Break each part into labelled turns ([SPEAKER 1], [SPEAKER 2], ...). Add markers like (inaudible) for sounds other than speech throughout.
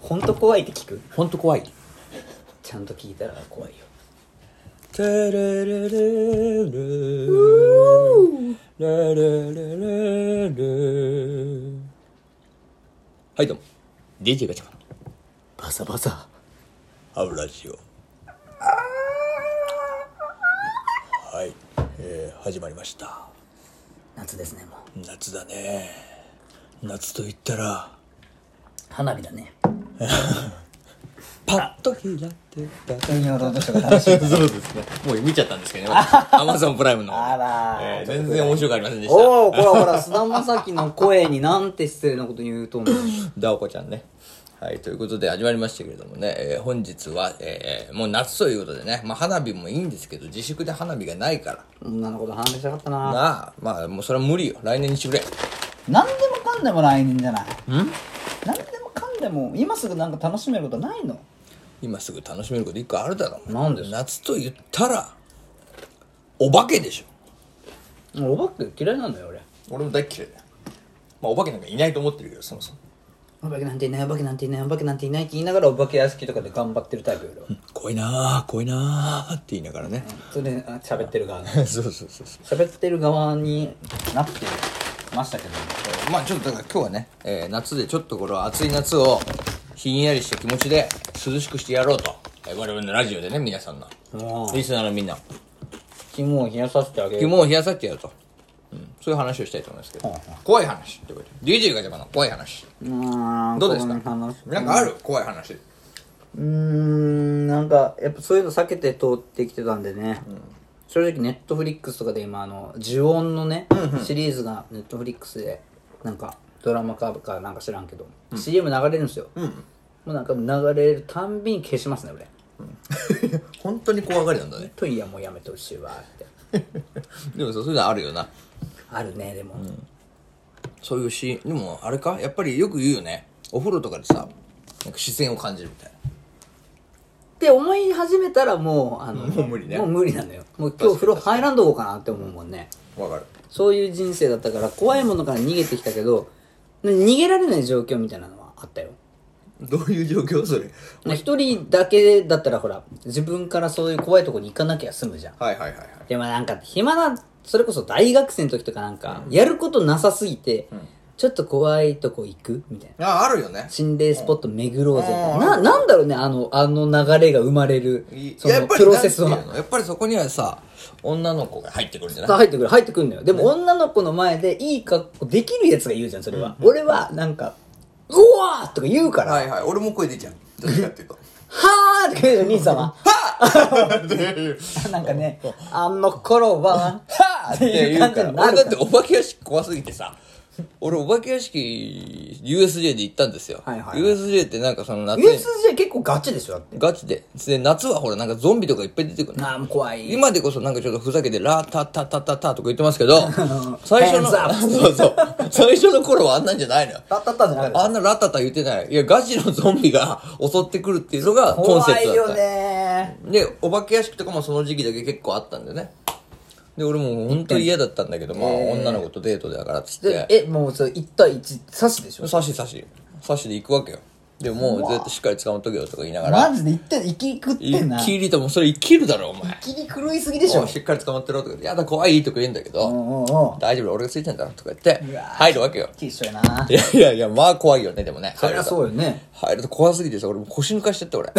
[SPEAKER 1] 本当怖いって聞く
[SPEAKER 2] ほんと怖い
[SPEAKER 1] ちゃんと聞いたら怖いよ
[SPEAKER 2] テレレレレレレレレレはいどうも DJ ガチャマンバサバサハブラジオはい、えー、始まりました
[SPEAKER 1] 夏ですねもう
[SPEAKER 2] 夏だね夏と言ったら
[SPEAKER 1] 花火だね
[SPEAKER 2] パッと開けた
[SPEAKER 1] 金曜ロードショーが楽しい
[SPEAKER 2] そうですね。もう見ちゃったんですけどね。アマゾンプライムの。
[SPEAKER 1] あらー
[SPEAKER 2] えー全然面白くありませんでした。
[SPEAKER 1] おおほらほら菅田将暉の声になんて失礼なこと言うと思う
[SPEAKER 2] ダオコちゃんね。はい、ということで始まりましたけれどもね、えー本日は、えーもう夏ということでね、まあ花火もいいんですけど、自粛で花火がないから。
[SPEAKER 1] 女の子と話したかったな
[SPEAKER 2] なあ、まあもうそれは無理よ。来年にしてくれ。
[SPEAKER 1] 何でもかんでも来年じゃない何でもかんでも今すぐなんか楽しめることないの
[SPEAKER 2] 今すぐ楽しめること一個あるだろ。
[SPEAKER 1] なんです
[SPEAKER 2] 夏と言ったら、お化けでしょ。
[SPEAKER 1] お化け嫌いなんだよ俺
[SPEAKER 2] 俺も大っ嫌いだよ。まあお化けなんかいないと思ってるけど、そもそも。
[SPEAKER 1] お化けなんていないお化けなんていないお化けなんていないって言いながらお化け屋敷とかで頑張ってるタイプよ俺は
[SPEAKER 2] 怖いなあ、怖いなあって言いながらね。
[SPEAKER 1] それであ喋ってる側の
[SPEAKER 2] (laughs) そうそうそうそう。
[SPEAKER 1] 喋ってる側になってましたけど
[SPEAKER 2] まあちょっとだから今日はね、えー夏でちょっとこの暑い夏をひんやりした気持ちで涼しくしてやろうと、えー我々のラジオでね皆さんの
[SPEAKER 1] も
[SPEAKER 2] リスナーのみんな
[SPEAKER 1] 肝を冷やさせてあげる
[SPEAKER 2] 肝を冷やさせてやると、うん、そういう話をしたいと思いますけど、
[SPEAKER 1] はい
[SPEAKER 2] 怖い話ってことで DJ が邪魔の怖い話
[SPEAKER 1] うん
[SPEAKER 2] どうですか
[SPEAKER 1] この話
[SPEAKER 2] なんかある怖い話 (laughs)
[SPEAKER 1] うーんなんかやっぱそういうの避けて通ってきてたんでね、正直ネットフリックスとかで今あの呪音のね、シリーズがネットフリックスでなんかドラマかかなんか知らんけど、CM 流れるんですよ、もうなんか流れるたんびに消しますね俺
[SPEAKER 2] 本当に怖がりなんだね (laughs)
[SPEAKER 1] といやもうやめてほしいわって
[SPEAKER 2] でもさそういうのあるよな
[SPEAKER 1] あるねでも、
[SPEAKER 2] そういうシーンでもあれかやっぱりよく言うよねお風呂とかでさなんか視線を感じるみたいな
[SPEAKER 1] って思い始めたらもうあの
[SPEAKER 2] (laughs) もう無理ね
[SPEAKER 1] もう無理なのよもう今日風呂入らんとこうかなって思うもんね
[SPEAKER 2] わかる
[SPEAKER 1] そういう人生だったから怖いものから逃げてきたけど逃げられない状況みたいなのはあったよ
[SPEAKER 2] どういう状況それ
[SPEAKER 1] まあ一人だけだったらほら自分からそういう怖いとこに行かなきゃ済むじゃん
[SPEAKER 2] はいはいはいはい
[SPEAKER 1] でもなんか暇なそれこそ大学生の時とかなんかやることなさすぎて、ちょっと怖いとこ行くみたいな
[SPEAKER 2] ああるよね
[SPEAKER 1] 心霊スポット巡ろうぜみたい
[SPEAKER 2] うん
[SPEAKER 1] なななんだろうねあのあの流れが生まれる
[SPEAKER 2] い
[SPEAKER 1] そのプロセス
[SPEAKER 2] なんて
[SPEAKER 1] は
[SPEAKER 2] いうのやっぱりそこにはさ女の子が入ってくるんじゃない
[SPEAKER 1] 入ってくる入ってくるんだよでも女の子の前でいい格好できるやつが言うじゃんそれは、俺はなんか「うわー!」とか言うから「は
[SPEAKER 2] はいはい俺も声出ちゃうどっちかってい
[SPEAKER 1] (laughs)
[SPEAKER 2] うと
[SPEAKER 1] ー!」とか言うじゃん兄さんは (laughs) なんかねあの頃は
[SPEAKER 2] はあっていう
[SPEAKER 1] っていう感じ
[SPEAKER 2] か
[SPEAKER 1] に
[SPEAKER 2] ら
[SPEAKER 1] なるか
[SPEAKER 2] 俺
[SPEAKER 1] ら
[SPEAKER 2] だってお化け屋敷怖すぎてさ俺お化け屋敷 USJ で行ったんですよ、
[SPEAKER 1] はいはいはい
[SPEAKER 2] USJ ってなんかその夏に
[SPEAKER 1] USJ 結構ガチでしょだって
[SPEAKER 2] ガチでで夏はほらなんかゾンビとかいっぱい出てくるの
[SPEAKER 1] ああもう怖い
[SPEAKER 2] 今でこそなんかちょっとふざけて「ラータタタタタ」とか言ってますけ
[SPEAKER 1] (laughs)
[SPEAKER 2] ど最初の
[SPEAKER 1] Hands up
[SPEAKER 2] (laughs) そうそう最初の頃はあんなんじゃないのよ
[SPEAKER 1] だったったんじゃなかっ
[SPEAKER 2] あんなラタタ言ってない。いや、ガチのゾンビが (laughs) 襲ってくるっていうの
[SPEAKER 1] た
[SPEAKER 2] がコンセプ
[SPEAKER 1] 怖い
[SPEAKER 2] トだ
[SPEAKER 1] よ
[SPEAKER 2] った。
[SPEAKER 1] ね
[SPEAKER 2] で、お化け屋敷とかもその時期だけ結構あったんでね。で、俺もう本当嫌だったんだけど、まあ、女の子とデートだからっつっ
[SPEAKER 1] で
[SPEAKER 2] て、
[SPEAKER 1] えもうそれ1対1刺しでしょ
[SPEAKER 2] 刺し刺し、刺しで行くわけよ。でも、もう絶対しっかり捕まっとけよとか言いながら、
[SPEAKER 1] マジで1対1き食ってんな
[SPEAKER 2] 一気りともうそれ生きるだろ、お前。
[SPEAKER 1] 切り狂いすぎでしょ
[SPEAKER 2] おいしっかり捕まってろとか言って、やだ、怖いとか言うんだけ
[SPEAKER 1] う
[SPEAKER 2] ど、
[SPEAKER 1] んうんうん
[SPEAKER 2] 大丈夫だ、俺がついてんだろとか言って
[SPEAKER 1] うわ、ー
[SPEAKER 2] 入るわけよ。
[SPEAKER 1] き一緒やない
[SPEAKER 2] やいやいや、まあ怖いよね、でもね。
[SPEAKER 1] そりゃそうよね
[SPEAKER 2] 入ると怖すぎてさ、俺もう腰抜かしちゃって、俺。 (laughs)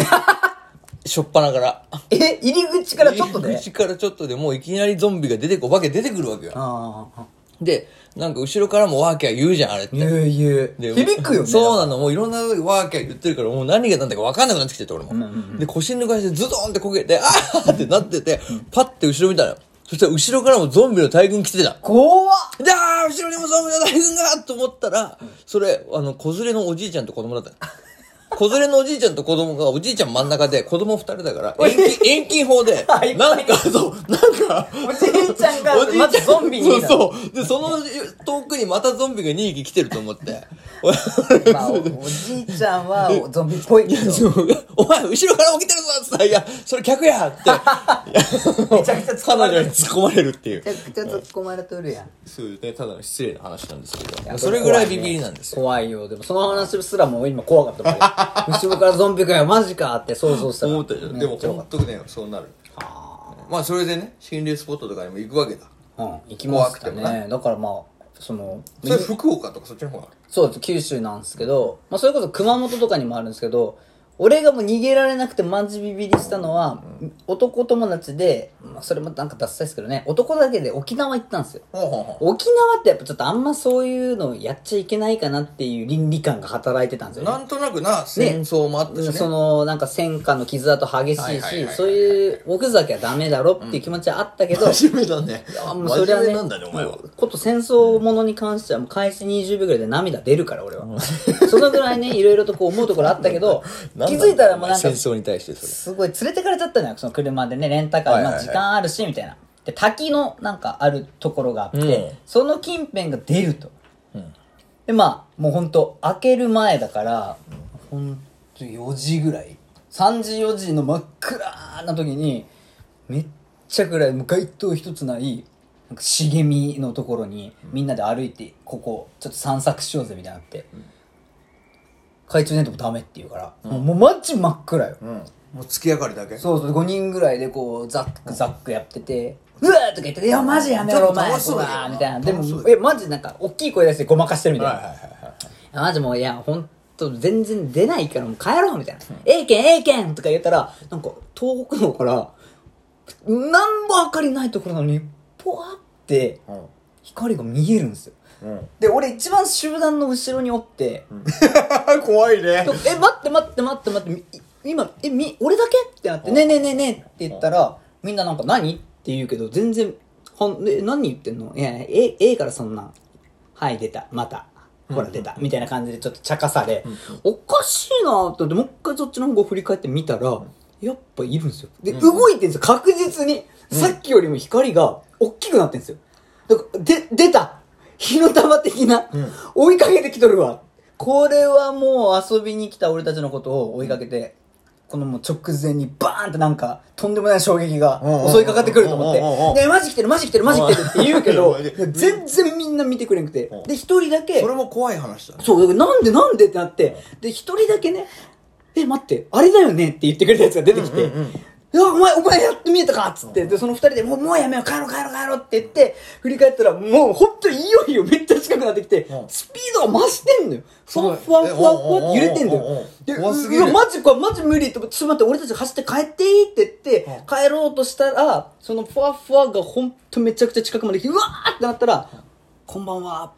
[SPEAKER 2] しょっぱなから。
[SPEAKER 1] え入り口からちょっと
[SPEAKER 2] 入り
[SPEAKER 1] ね
[SPEAKER 2] 口からちょっとでもういきなりゾンビが出てく、お化け出てくるわけよ。
[SPEAKER 1] ああ
[SPEAKER 2] で、なんか後ろからもワーキャー言うじゃん、あれって。
[SPEAKER 1] 言う言
[SPEAKER 2] で
[SPEAKER 1] う響くよね
[SPEAKER 2] そうなの、もういろんなワーキャー言ってるから、もう何が何だか分かんなくなってきてて、俺も。で、腰抜かしてズドンってこけて、あーってなってて、パッて後ろ見たの。そしたら後ろからもゾンビの大群来てた。 (laughs)
[SPEAKER 1] 怖っ
[SPEAKER 2] で、あー後ろにもゾンビの大群がと思ったら、それ、あの、子連れのおじいちゃんと子供だったの。子連れのおじいちゃんと子供が、おじいちゃん真ん中で、子供二人だから、遠近、遠近
[SPEAKER 1] (laughs)
[SPEAKER 2] 法で、
[SPEAKER 1] はい
[SPEAKER 2] なんか、そう、なんか、
[SPEAKER 1] おじいちゃんが
[SPEAKER 2] おじい
[SPEAKER 1] まず
[SPEAKER 2] ちゃ
[SPEAKER 1] ゾ
[SPEAKER 2] ん、
[SPEAKER 1] ンビになる
[SPEAKER 2] そうそう。で、その遠くにまたゾンビが2匹来てると思って。俺
[SPEAKER 1] まあ、おおじいちゃんはおゾンビっぽいけど
[SPEAKER 2] そうお前、後ろから起きてるぞっつったら、いや、それ客やって、
[SPEAKER 1] めちゃくちゃ突っ込まれ
[SPEAKER 2] 彼女
[SPEAKER 1] る
[SPEAKER 2] に突っ込まれるっていう
[SPEAKER 1] めち。ゃくちゃ突っ込まれとるやん
[SPEAKER 2] そうですね、ただの失礼な話なんですけど。それぐらいビビりなんですよ。
[SPEAKER 1] 怖いよでもその話すらもう今怖かったもん
[SPEAKER 2] (laughs)
[SPEAKER 1] 後ろからゾンビかよ、マジかって想像したら。
[SPEAKER 2] 思ったじゃんでも本当ねそうなるまあそれでね心霊スポットとかにも行くわけだ
[SPEAKER 1] うん、行きますか
[SPEAKER 2] 怖くても
[SPEAKER 1] ね。だからまあ、その、
[SPEAKER 2] それ福岡とかそっちの方が
[SPEAKER 1] そうです、九州なんですけど、まあそれこそ熊本とかにもあるんですけど、俺がもう逃げられなくてマジビビりしたのは、男友達で、まあそれもなんかダッサいですけどね、男だけで沖縄行ったんですよ。
[SPEAKER 2] ほうほうほ
[SPEAKER 1] 沖縄ってやっぱちょっとあんまそういうのやっちゃいけないかなっていう倫理観が働いてたんです
[SPEAKER 2] う
[SPEAKER 1] よね。
[SPEAKER 2] なんとなくな戦争もあったしね
[SPEAKER 1] そのなんか戦火の傷跡激し
[SPEAKER 2] は
[SPEAKER 1] い
[SPEAKER 2] いはいはい
[SPEAKER 1] し
[SPEAKER 2] はい
[SPEAKER 1] そういう奥酒はダメだろっていう気持ちはあったけど、
[SPEAKER 2] 真面目だね
[SPEAKER 1] あもう
[SPEAKER 2] 真
[SPEAKER 1] それは
[SPEAKER 2] 面
[SPEAKER 1] ね
[SPEAKER 2] 目なんだねお前は
[SPEAKER 1] こと戦争ものに関してはもう開始20秒ぐらいで涙出るから俺は、そのぐらいねいろいろとこう思うところあったけ
[SPEAKER 2] (laughs)
[SPEAKER 1] ど気づいたらもうなんか
[SPEAKER 2] 戦争に対してそれ
[SPEAKER 1] すごい連れてかれちゃったのよその車でねレンタカー、
[SPEAKER 2] はいはいはい
[SPEAKER 1] まあ、時間あるしみたいなで滝のなんかあるところがあって、
[SPEAKER 2] うん
[SPEAKER 1] その近辺が出ると、でまあもうほんと開ける前だからほんと4時ぐらい3時4時の真っ暗な時にめっちゃ暗いもう街灯一つないなんか茂みのところにみんなで歩いてここちょっと散策しようぜみたいになって、懐中電灯もダメって言うから、もうマジ真っ暗よ、
[SPEAKER 2] うんもう月明かりだけ
[SPEAKER 1] そうそう、5人ぐらいでこう、ザックザックやってて、うわーとか言ってて、いや、マジやめ
[SPEAKER 2] ちょっ
[SPEAKER 1] ろ、
[SPEAKER 2] と
[SPEAKER 1] お前、
[SPEAKER 2] 楽しそうだけどな
[SPEAKER 1] うわーみたいな。で
[SPEAKER 2] 楽しそう
[SPEAKER 1] も
[SPEAKER 2] だ、
[SPEAKER 1] え、マジなんか、大きい声出してごまかしてるみたい
[SPEAKER 2] はい
[SPEAKER 1] な。
[SPEAKER 2] はいはいはい
[SPEAKER 1] マジもう、いや、ほんと、全然出ないから、もう帰ろう、みたいな。ええけん、ええけんとか言ったら、なんか、遠くの方から、なんも明かりないところなのに、ぽわって、光が見えるんですよ。で、俺一番集団の後ろにおって、
[SPEAKER 2] 怖い (laughs) ね
[SPEAKER 1] ちょえ、待って待って待って待って、み今、え、み、俺だけってなって、ねえねえねえねえって言ったら、みんななんか何って言うけど、全然、はん、え、何言ってんのいや、え、ええからそんなん。はい、出た。また。ほら、出た。みたいな感じでちょっと茶化され、おかしいなって、でもう一回そっちの方振り返ってみたら、やっぱいるんですよ。で、動いてるんですよ、確実に。さっきよりも光が大きくなってんですよ。だから、で、出た火の玉的な、追いかけてきとるわ。これはもう遊びに来た俺たちのことを追いかけて、このもう直前にバーンってなんか、とんでもない衝撃が
[SPEAKER 2] うんうん
[SPEAKER 1] 襲いかかってくると思っ
[SPEAKER 2] うんうんうんうん
[SPEAKER 1] て、ねえマジ来てるマジ来てるマジ来てるって言うけど、
[SPEAKER 2] うん
[SPEAKER 1] いや全然みんな見てくれなくて。で、一人だけ
[SPEAKER 2] そ、れも怖い話だね
[SPEAKER 1] そう、だからなんでなんでってなって、で、一人だけね、え、待って、あれだよねって言ってくれたやつが出てきて、いやお前、お前やって見えたかっつって、で、その二人で、もう、もうやめよう、帰ろう、帰ろう、帰ろうって言って、振り返ったら、もう、ほんといよいよめっちゃ近くなってきて
[SPEAKER 2] う、ん
[SPEAKER 1] スピードが増してんのよ。ふわ
[SPEAKER 2] す
[SPEAKER 1] ふ
[SPEAKER 2] ごい
[SPEAKER 1] わふわふわって揺れてんだ
[SPEAKER 2] えおうおうおうおう
[SPEAKER 1] よ。で、
[SPEAKER 2] 怖すぎ
[SPEAKER 1] う
[SPEAKER 2] る
[SPEAKER 1] わ、マジ、これマジ無理って、ちょっと待って、俺たち走って帰っていいって言って、帰ろうとしたら、そのふわふわがほんとめちゃくちゃ近くまで来て、うわーってなったら、こんばんは、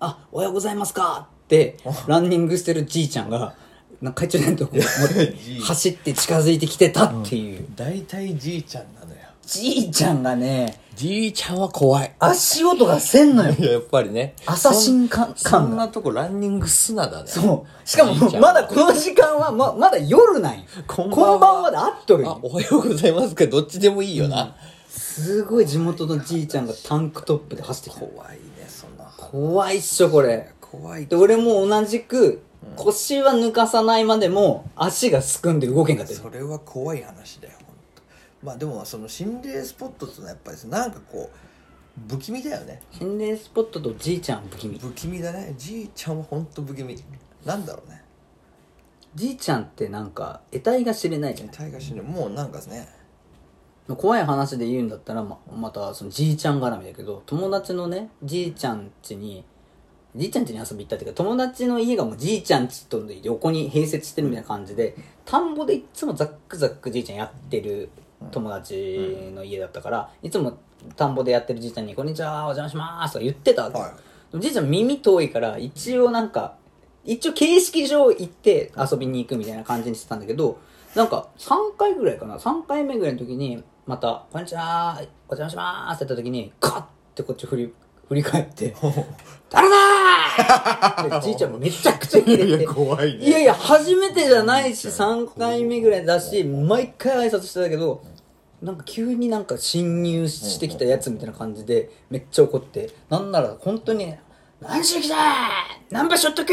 [SPEAKER 1] あ、おはようございますか
[SPEAKER 2] (laughs)
[SPEAKER 1] って、ランニングしてるじいちゃんが、なんか懐中電灯をこう持って
[SPEAKER 2] じい
[SPEAKER 1] 走って近づいてきてたっていう。
[SPEAKER 2] 大体じいちゃんなのよ
[SPEAKER 1] じいちゃんがね、
[SPEAKER 2] じいちゃんは怖い
[SPEAKER 1] 足音がせんのよ
[SPEAKER 2] い。ややっぱりね
[SPEAKER 1] 朝新感
[SPEAKER 2] そんそ
[SPEAKER 1] 感
[SPEAKER 2] ん
[SPEAKER 1] が。
[SPEAKER 2] なとこランニングすなだね
[SPEAKER 1] そう。しかも
[SPEAKER 2] じいちゃ、んは
[SPEAKER 1] まだこの時間は、ま、まだ夜なんよ。
[SPEAKER 2] こんばんは
[SPEAKER 1] まで会っとる
[SPEAKER 2] あ
[SPEAKER 1] よ。
[SPEAKER 2] おはようございますかどっちでもいいよな、
[SPEAKER 1] すごい地元のじいちゃんがタンクトップで走ってきた。
[SPEAKER 2] 怖いねそんな
[SPEAKER 1] 怖いっしょ、これ。
[SPEAKER 2] 怖い
[SPEAKER 1] で、俺も同じく、腰は抜かさないまでも、足がすくんで動けんかったよ。
[SPEAKER 2] それは怖い話だよ本当まあでもその心霊スポットってのはやっぱりさなんかこう不気味だよね
[SPEAKER 1] 心霊スポットとじいちゃん不気味
[SPEAKER 2] 不気味だねじいちゃんは本当不気味なんだろうね
[SPEAKER 1] じいちゃんってなんか得体が知れないじゃ
[SPEAKER 2] 大河死ぬもうなんかね
[SPEAKER 1] ん怖い話で言うんだったらままたそのじいちゃん絡みだけど友達のねじいちゃん家にじいちゃん家に遊び行ったっていうか友達の家がもうじいちゃん家と横に併設してるみたいな感じで田んぼでいつもザックザックじいちゃんやってる友達の家だったからいつも田んぼでやってるじいちゃんに「こんにちはお邪魔します」とか言ってたわけ、
[SPEAKER 2] は
[SPEAKER 1] でもじいちゃん耳遠いから一応なんか一応形式上行って遊びに行くみたいな感じにしてたんだけどなんか3回ぐらいかな3回目ぐらいの時にまた「こんにちはお邪魔します」って言った時にカッてこっち振り振り返って「誰
[SPEAKER 2] (laughs)
[SPEAKER 1] だ!」ってじいちゃんめちゃくちゃ切れて
[SPEAKER 2] 怖い
[SPEAKER 1] いやいや、初めてじゃないし、3回目ぐらいだし、毎回挨拶してたけど、なんか急になんか侵入してきたやつみたいな感じで、めっちゃ怒って、なんなら本当に、何しに来たー何場所っとか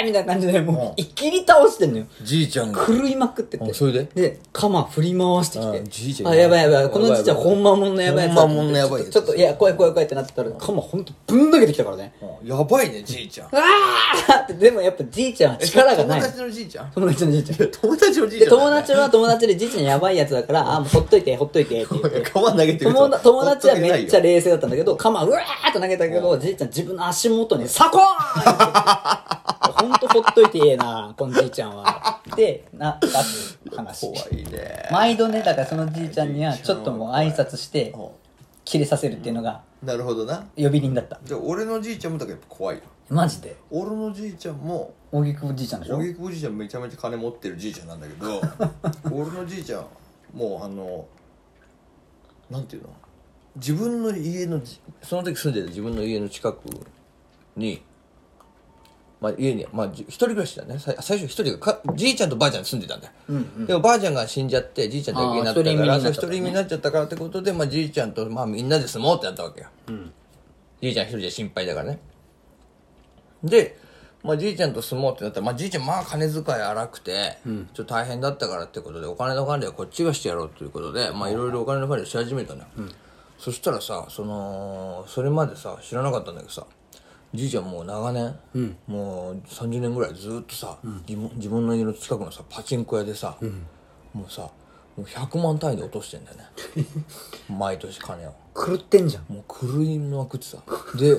[SPEAKER 1] ーみたいな感じで、もう、一気に倒してんのよ。
[SPEAKER 2] じいちゃんが。
[SPEAKER 1] 狂いまくってて。
[SPEAKER 2] あそれで
[SPEAKER 1] で、鎌振り回してき
[SPEAKER 2] あ
[SPEAKER 1] て。
[SPEAKER 2] じいちゃん
[SPEAKER 1] あ、やばいやばい。このじいちゃん
[SPEAKER 2] やばいやばい
[SPEAKER 1] 本間もんのやばいやつだと思って。
[SPEAKER 2] ほんまもんのやばいやつ
[SPEAKER 1] ちょっと、ちょっといや、怖い怖い怖いってなってたら、鎌ほんとぶん投げてきたからね。
[SPEAKER 2] うんやばいね、じいちゃん。
[SPEAKER 1] うわーって、でもやっぱじいちゃんは力がない
[SPEAKER 2] 友。達のじいちゃん
[SPEAKER 1] 友達のじいちゃん。
[SPEAKER 2] 友達のじいち
[SPEAKER 1] で、
[SPEAKER 2] ゃんだよ
[SPEAKER 1] 友
[SPEAKER 2] ね。
[SPEAKER 1] 達は友達でじいちゃんやばいやつだから、あ、もうほっといて、ほっといてって言って。
[SPEAKER 2] 鎌投げてくる
[SPEAKER 1] 友達友達はめっちゃ
[SPEAKER 2] ほとけないよ
[SPEAKER 1] 冷静だったんだけど、鎌うわーって投げたけど、じいちゃん自分の足元にサコーンほんとほっといてええな、このじいちゃんは。で、なったっていう話。
[SPEAKER 2] 怖いね
[SPEAKER 1] 毎度ね、だからそのじいちゃんにはちょっともう挨拶して、切れさせるっていうのが
[SPEAKER 2] なるほどな
[SPEAKER 1] 呼び鈴だった。
[SPEAKER 2] じゃあ俺のじいちゃんもだからやっぱ怖いよ
[SPEAKER 1] マジで。
[SPEAKER 2] 俺のじいちゃんも
[SPEAKER 1] 大木くんじいちゃんでしょ
[SPEAKER 2] 荻窪じいちゃんめちゃめちゃ金持ってるじいちゃんなんだけ (laughs) ど俺のじいちゃんもうあのなんていうの自分の家のじその時住んでた自分の家の近くにまあ家にまあじ一人暮らしだねさ最初一人がかじいちゃんとばあちゃん住んでたんだよ、でもばあちゃんが死んじゃってじいちゃんだけになったか
[SPEAKER 1] あ
[SPEAKER 2] ら
[SPEAKER 1] ー
[SPEAKER 2] そ
[SPEAKER 1] 一
[SPEAKER 2] う一
[SPEAKER 1] 人
[SPEAKER 2] 人
[SPEAKER 1] 身
[SPEAKER 2] 身になっちゃったからってことで、まあ、じいちゃんと、まあ、みんなで住もうってなったわけよ、じいちゃん一人じゃ心配だからねで、まあ、じいちゃんと住もうってなったら、まあ、じいちゃんまあ金遣い荒くて、ちょっと大変だったからってことでお金の管理はこっちがしてやろうということでまあいろいろお金の管理をし始めたのよ、そしたらさそのそれまでさ知らなかったんだけどさじいちゃんもう長年、もう30年ぐらいずっとさ、自分自分の家の近くのさパチンコ屋でさ、もうさもう100万単位で落としてんだよね (laughs) 毎年金を。
[SPEAKER 1] 狂ってんじゃん。
[SPEAKER 2] もう狂いまくってさ。で、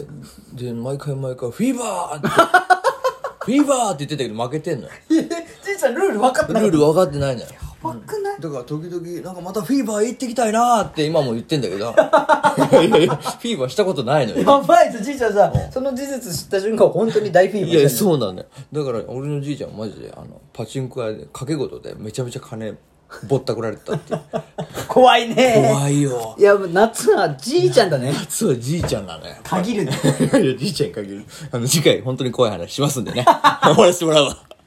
[SPEAKER 2] で、毎回毎回、フィーバーって、 (laughs) フィーバーって言ってたけど負け (laughs) てんのよ。
[SPEAKER 1] じいちゃんルール分かっ
[SPEAKER 2] ルール分かってないのよ。
[SPEAKER 1] 分かんない。
[SPEAKER 2] だから時々、なんかまたフィーバー行ってきたいなーって今も言ってんだけど。 (laughs) いやいやいや、フィーバーしたことないのよ。
[SPEAKER 1] やばいぞ、じいちゃんさ、その事実知った瞬間、本当に大フィーバー
[SPEAKER 2] い
[SPEAKER 1] してる
[SPEAKER 2] や、そうなんだよ。だから俺のじいちゃんマジで、あの、パチンコ屋で掛け事でめちゃめちゃ金ぼったくられてた (laughs) っていう。
[SPEAKER 1] 怖いね
[SPEAKER 2] 怖いよ
[SPEAKER 1] い。や、もう夏はじいちゃんだね。
[SPEAKER 2] 実はじいちゃんなのよ。 (laughs)
[SPEAKER 1] 限るね。
[SPEAKER 2] (laughs) いや、じいちゃんに限る。あの、次回本当に怖い話しますんでね。終わらせてもらうわ。